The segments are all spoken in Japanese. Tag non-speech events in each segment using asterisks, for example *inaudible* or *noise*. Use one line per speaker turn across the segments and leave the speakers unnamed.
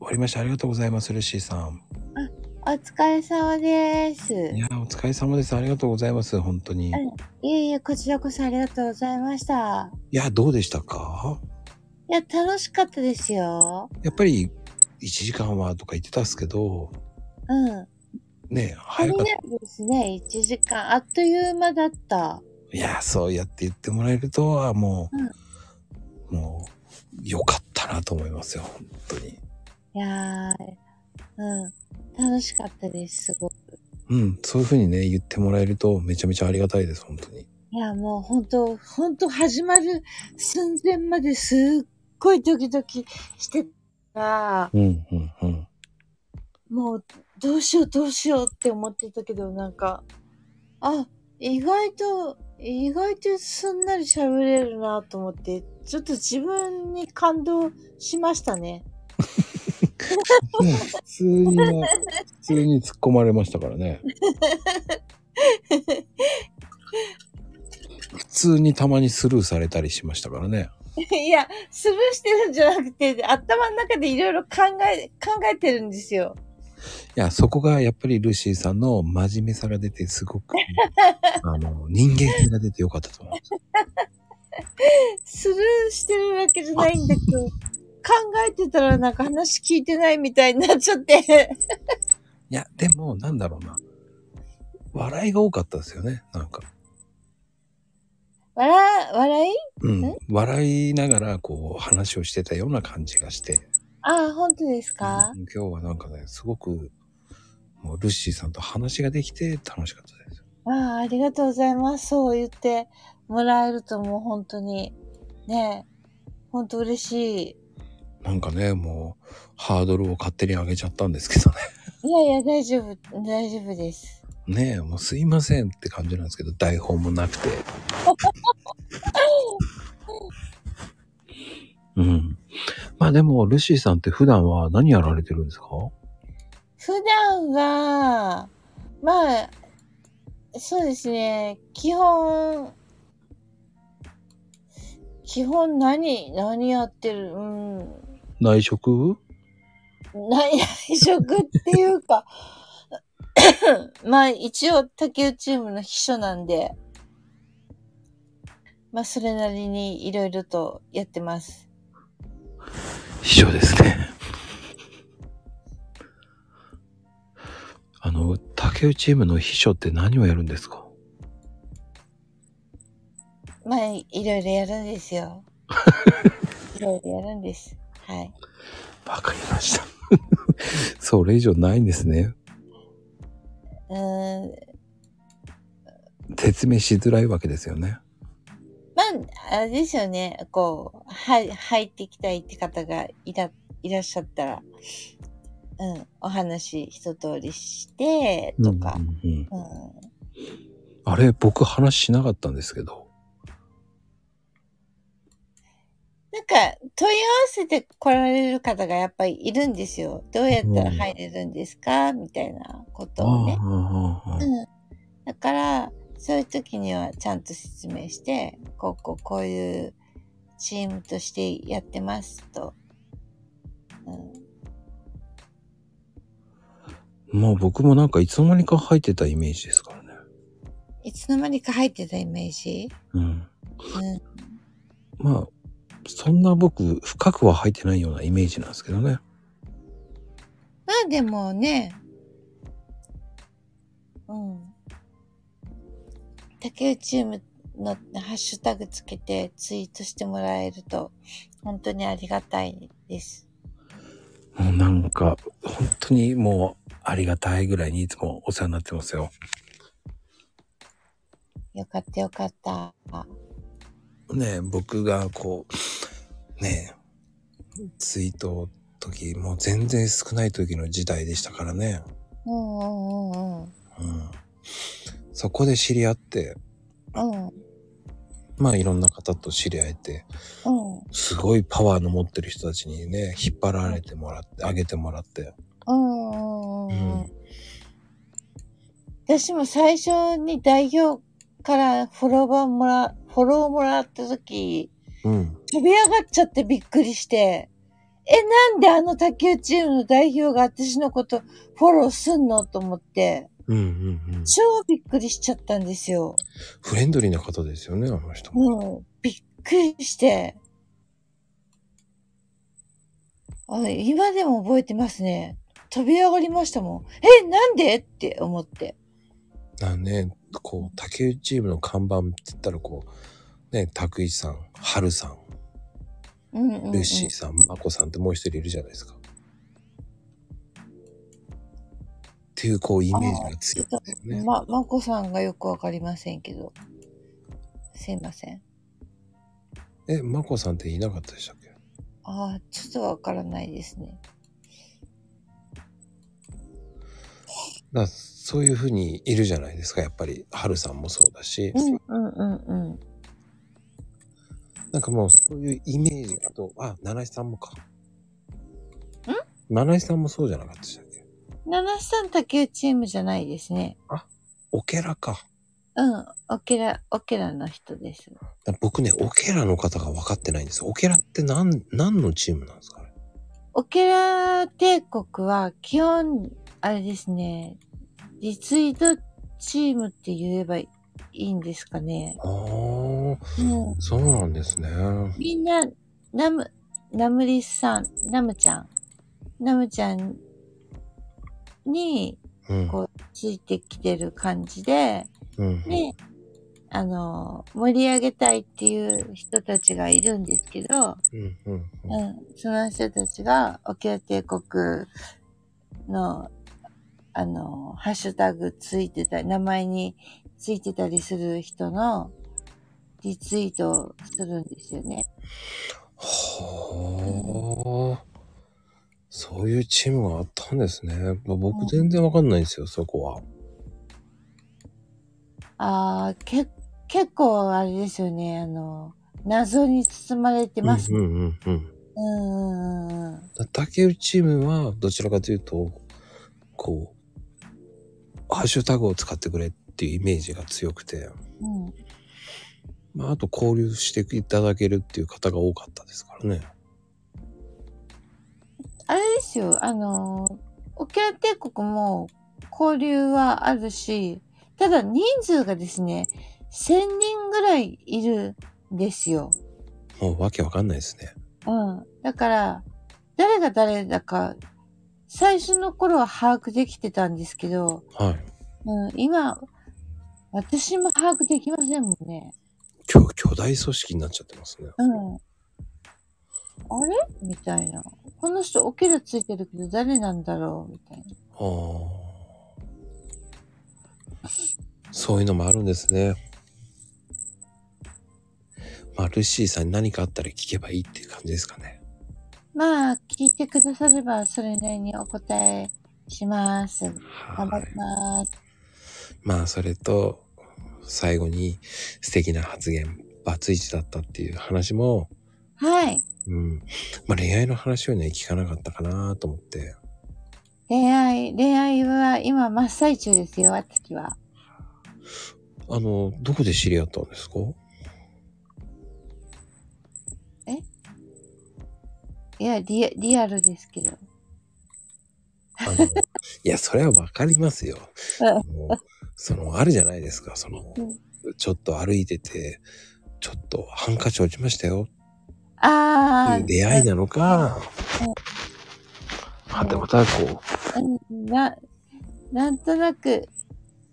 わりました。ありがとうございます、ルシーさん。
お疲れ様です。
いやー、お疲れ様です。ありがとうございます、本当に。い
うんいえいえ、こちらこそありがとうございました。
や、どうでしたか
いや、楽しかったですよ。
やっぱり、1時間はとか言ってたっすけど、
うん。
ね、
足
早
り
かっ
な
た。
いですね。1時間。あっという間だった。
いやー、そうやって言ってもらえるとは、もう、もう、良かったなと思いますよ、本当に。
いやー、うん。楽しかったです、すごく。
うん、そういうふうにね、言ってもらえると、めちゃめちゃありがたいです、本当に。
いや、もう本当本当始まる寸前まですっごいドキドキしてたから、
うん、うん、うん。
もうどうしようどうしようって思ってたけど、なんか、あ、意外と、意外とすんなり喋れるなと思って、ちょっと自分に感動しましたね。
ね普通にね、普通に突っ込まれましたからね。普通にたまにスルーされたりしましたからね。
*laughs* いや、スルーしてるんじゃなくて、頭の中でいろいろ考え、考えてるんですよ。
いや、そこがやっぱりルーシーさんの真面目さが出て、すごく、あの、人間性が出てよかったと思う。
スルーしてるわけじゃないんだけど、考えてたらなんか話聞いてないみたいになっちゃって。
いや、でも、なんだろうな。笑いが多かったですよね、なんか。
*laughs* 笑、笑い
うん
え。
笑いながら、こう、話をしてたような感じがして。
ああ、本当ですか、
うん今日はなんかね、すごく、もうルッシーさんと話ができて楽しかったです。
ああ、ありがとうございます。そう言ってもらえるともう本当に、ねえ、本当嬉しい。
なんかね、もう、ハードルを勝手に上げちゃったんですけどね。 *laughs*
いやいや、大丈夫、大丈夫です。
ねえ、もうすいませんって感じなんですけど、台本もなく *laughs* て。うん。まあでも、ルッシーさんって普段は何やられてるんですか
普段は、まあ、そうですね、基本、基本何、何やってる、うん、
内職
内職っていうか、まあ一応竹内チームの秘書なんで、まあそれなりにいろいろとやってます。
秘書ですね。あの、竹内チームの秘書って何をやるんですか
まあいろいろやるんで
*laughs*
すよ。いろいろやるんです。はい。
わかりました。 *laughs* それ以上ないんですね。
うーん、
説明しづらいわけですよね。
まあ、あれですよね。こう、はい、入ってきたいって方がいら、いらっしゃったら、うん、お話一通りして、とか、
うんうんうん
うん、
あれ、僕話しなかったんですけど。
なんか問い合わせて来られる方がやっぱりいるんですよ。どうやったら入れるんですか、みたいなことをね。
ああああ
うん、だからそういう時にはちゃんと説明してこうこうこういうチームとしてやってますと。うん、
もう僕もなんかいつの間にか入ってたイメージですからね。
いつの間にか入ってたイメージ、
うん。
うん、
まあ、そんな僕、深くは入ってないようなイメージなんですけどね。
まあでもね、うん。竹内チームのハッシュタグつけてツイートしてもらえると、本当にありがたいです。
もうなんか、本当にもう、ありがたいぐらいにいつもお世話になってますよ。
よかったよかった。
ねえ僕がこう、ねえ、ツイートの時、もう全然少ない時の時代でしたからね。
うんうんうんうん。
うん。そこで知り合って、
うん
まあいろんな方と知り合えて、
うん
すごいパワーの持ってる人たちにね、引っ張られてもらって、あげてもらって。
うんうんうんう
うん
ん。私も最初に代表からフォロワーもら、フォローもらった時、
うん。
飛び上がっちゃってびっくりして、ええ、なんであの卓球チームの代表が私のことフォローすんのと思って、
うんうんうん。
超びっくりしちゃったんですよ。
フレンドリーな方ですよね、あの人も。
もう、びっくりして。あの今でも覚えてますね。飛び上がりましたもん。え、なんでって思って。
なんね、こう、竹内チームの看板って言ったらこう、ね、拓一さん、春さん、
うんうん、うん。
ルーシーさん、まこさんってもう一人いるじゃないですか。っていう、こう、イメージが強いですよね。
ま、まこさんがよくわかりませんけど。すいません。
え、まこさんっていなかったでしたっけ
ああ、ちょっとわからないですね。
だからそういうふうにいるじゃないですか、やっぱり。春さんもそうだし、
うんうんうんうん。
なんかもうそういうイメージがと、あ、七井さんもか。ん七井さんもそうじゃなかったでしたっけ
七さん竹内チームじゃないですね。
オケラか。
うん。オケラ、オケラの人です。
だから僕ね、オケラの方が分かってないんですよ。オケラって何、何のチームなんですかね
オケラ帝国は基本、あれですね、リツイートチームって言えばいいんですかね。
ああ、
も
そうなんですね。
うみんな、ナム、ナムリスさん、ナムちゃん、ナムちゃんに
うん。
こうついてきてる感じで、
うん。
ね、あの、盛り上げたいっていう人たちがいるんですけど、
うん。うん。
うん、その人たちが、オケア帝国の、あの、ハッシュタグついてたり、名前についてたりする人のリツイートをするんですよね。
はあ。そういうチームがあったんですね。まあ僕全然分かんないんですよ、そこは。
ああ、け、結構あれですよね、あの、謎に包まれてます。
う
うんん、
うんうんうん。
うん、うんうん。
だ竹内チームはどちらかというとこうハッシュタグを使ってくれっていうイメージが強くて、
うん
まあ、あと交流していただけるっていう方が多かったですからね。
あれですよ、あの、沖縄帝国も交流はあるし、ただ人数がですね、1000人ぐらいいるんですよ。
もうわけわかんないですね。
うん。だから、誰が誰だか、最初の頃は把握できてたんですけど、
はい。
うん、今、私も把握できませんもんね。
巨巨大組織になっちゃってますね。
うん。あれみたいな。この人、オケラついてるけど誰なんだろうみたいな。
ああ。そういうのもあるんですね。まあ、ルシーさんに何かあったら聞けばいいっていう感じですかね。
まあ、聞いてくだされば、それなりにお答えします。頑張
はい
り。ます。
まあそれと最後に素敵な発言バツイチだったっていう話も、
はい。
うんまあ、恋愛の話をね聞かなかったかなと思って
恋愛、恋愛は今真っ最中ですよ、私は。
あのどこで知り合ったんですか
いや、リアリアルですけど。
あのいやそれはわかりますよ
うん
あのそのあるじゃないですかその
うん
ちょっと歩いててちょっとハンカチ落ちましたよって
あ
い
あ
う、出会いなのか
うん
はてまたこう
うんな、なんとなく、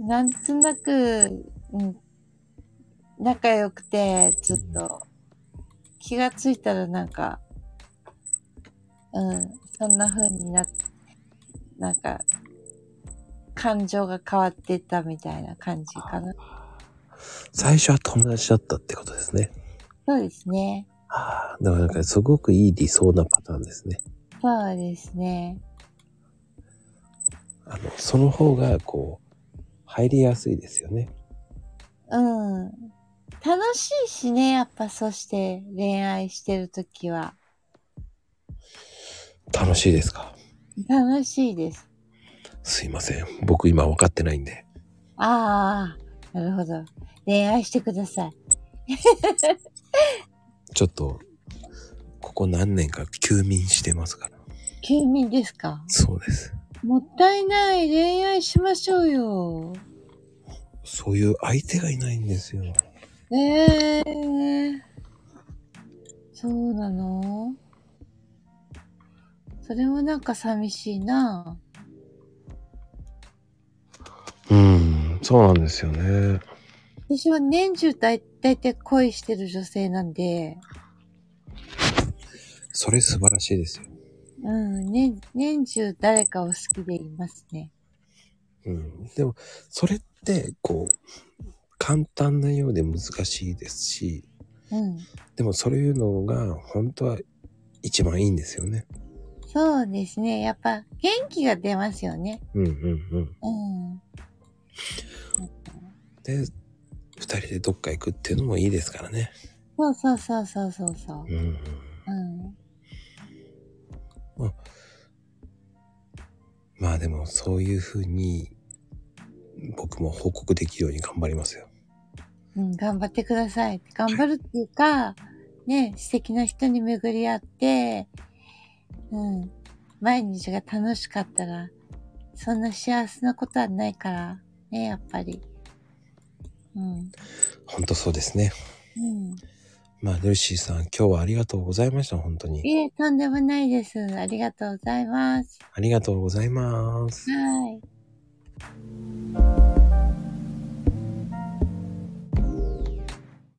なんとなく、うん、仲良くて、ずっと、気がついたらなんか、うん、そんな風にな、なんか、感情が変わってたみたいな感じかな。
最初は友達だったってことですね
そうですね。
ああ、だからなんかすごくいい理想なパターンですね。
そうですね。
あの、その方がこう、入りやすいですよね。
うん。楽しいしね、やっぱそして恋愛してるときは。
楽しいですか
楽しいです。
すいません。僕今分かってないんで。
ああ、なるほど。恋愛してください。
ちょっと、ここ何年か休眠してますから。
休眠ですか
そうです。
もったいない恋愛しましょうよ。
そういう相手がいないんですよ。
ええそうなのそれもなんか寂しいな。
うん、そうなんですよね。
私は年中だいたい恋してる女性なんで、
それ素晴らしいですよ。
うん、年、年中誰かを好きでいますね。
うん。でも、それって、こう、簡単なようで難しいですし、
うん。
でもそういうのが本当は一番いいんですよね。
そうですね。やっぱ元気が出ますよね。
うんうんうん。
うん。
で、二人でどっか行くっていうのもいいですからね。
そうそうそうそうそうそう。
うんうん。
うん。
まあでも、そういうふうに、僕も報告できるように頑張りますよ。
うん、頑張ってください。頑張るっていうか、ね、素敵な人に巡り合って、うん、毎日が楽しかったら、そんな幸せなことはないから、ね、やっぱり。うん。
本当そうですね。
うん。
まあ、ルーシーさん、今日はありがとうございました。本当に。
いえ、とんでもないです。ありがとうございます。
ありがとうございます。
はい。